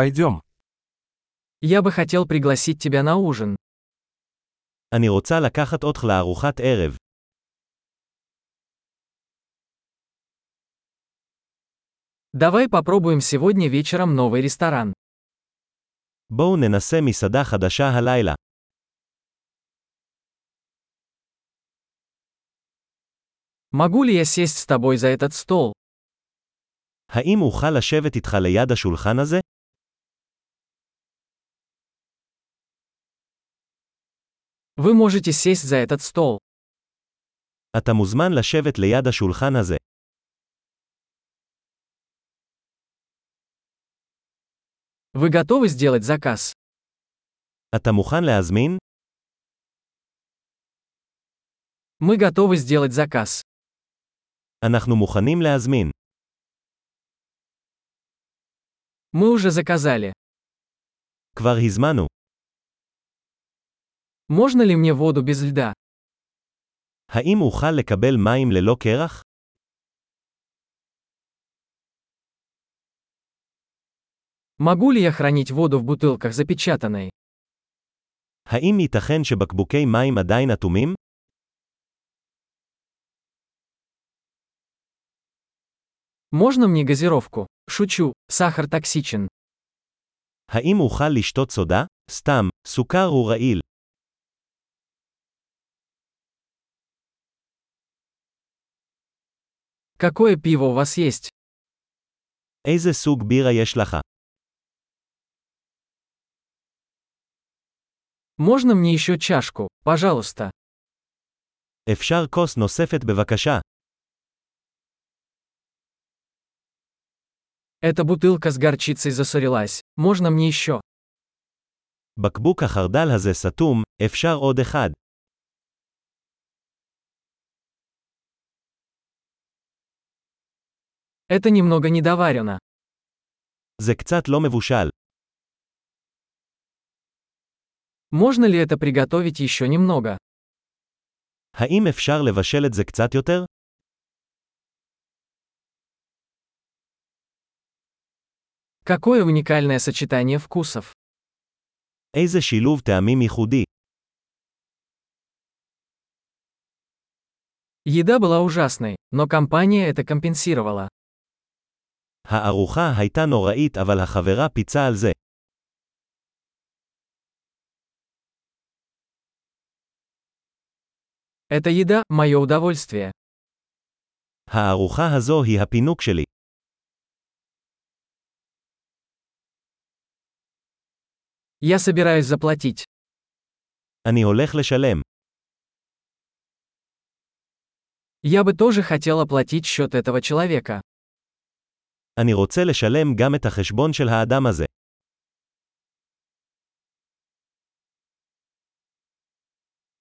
Пойдем. Я бы хотел пригласить тебя на ужин. אני רוצה לקחת אותך לארוחת ערב. Давай попробуем сегодня вечером новый ресторан. בואו ננסה מסעדה חדשה הלילה. Могу ли я сесть с тобой за этот стол? האם אוכל לשבת איתך ליד השולחן הזה? Вы можете сесть за этот стол. אתה מוזמן לשבת ליד השולחן הזה. Вы готовы сделать заказ? אתה מוכן להזמין? Мы готовы сделать заказ. אנחנו מוכנים להזמין. Мы уже заказали. כבר הזמנו. Можно ли мне воду без льда? האם אוכל לקבל מים ללא קרח? Могу ли я хранить воду в бутылках запечатанной? האם ייתכן שבקבוקי מים עדיין אטומים? Можно мне газировку? Шучу, сахар токсичен. האם אוכל לשתות סודה? סתם, סוכר הוא רעיל. Какое пиво у вас есть? איזה סוג בירה יש לך? Можно мне еще чашку, пожалуйста? אפשר כוס נוספת בבקשה. Эта бутылка с горчицей засорилась. Можно мне еще? בקבוק החרדל הזה סתום, אפשר עוד אחד. Это немного недоварено. זה קצת לא מבושל. Можно ли это приготовить еще немного? האם אפשר לבשל את זה קצת יותר? Какое уникальное сочетание вкусов. איזה שילוב טעמים ייחודי. Еда была ужасной, но компания это компенсировала. הארוחה הייתה נוראית אבל החברה פיצה על זה. Эта еда – мое удовольствие. הארוחה הזו היא הפינוק שלי. Я собираюсь заплатить. אני הולך לשלם. Я бы тоже хотел оплатить счет этого человека. אני רוצה לשלם גם את החשבון של האדם הזה.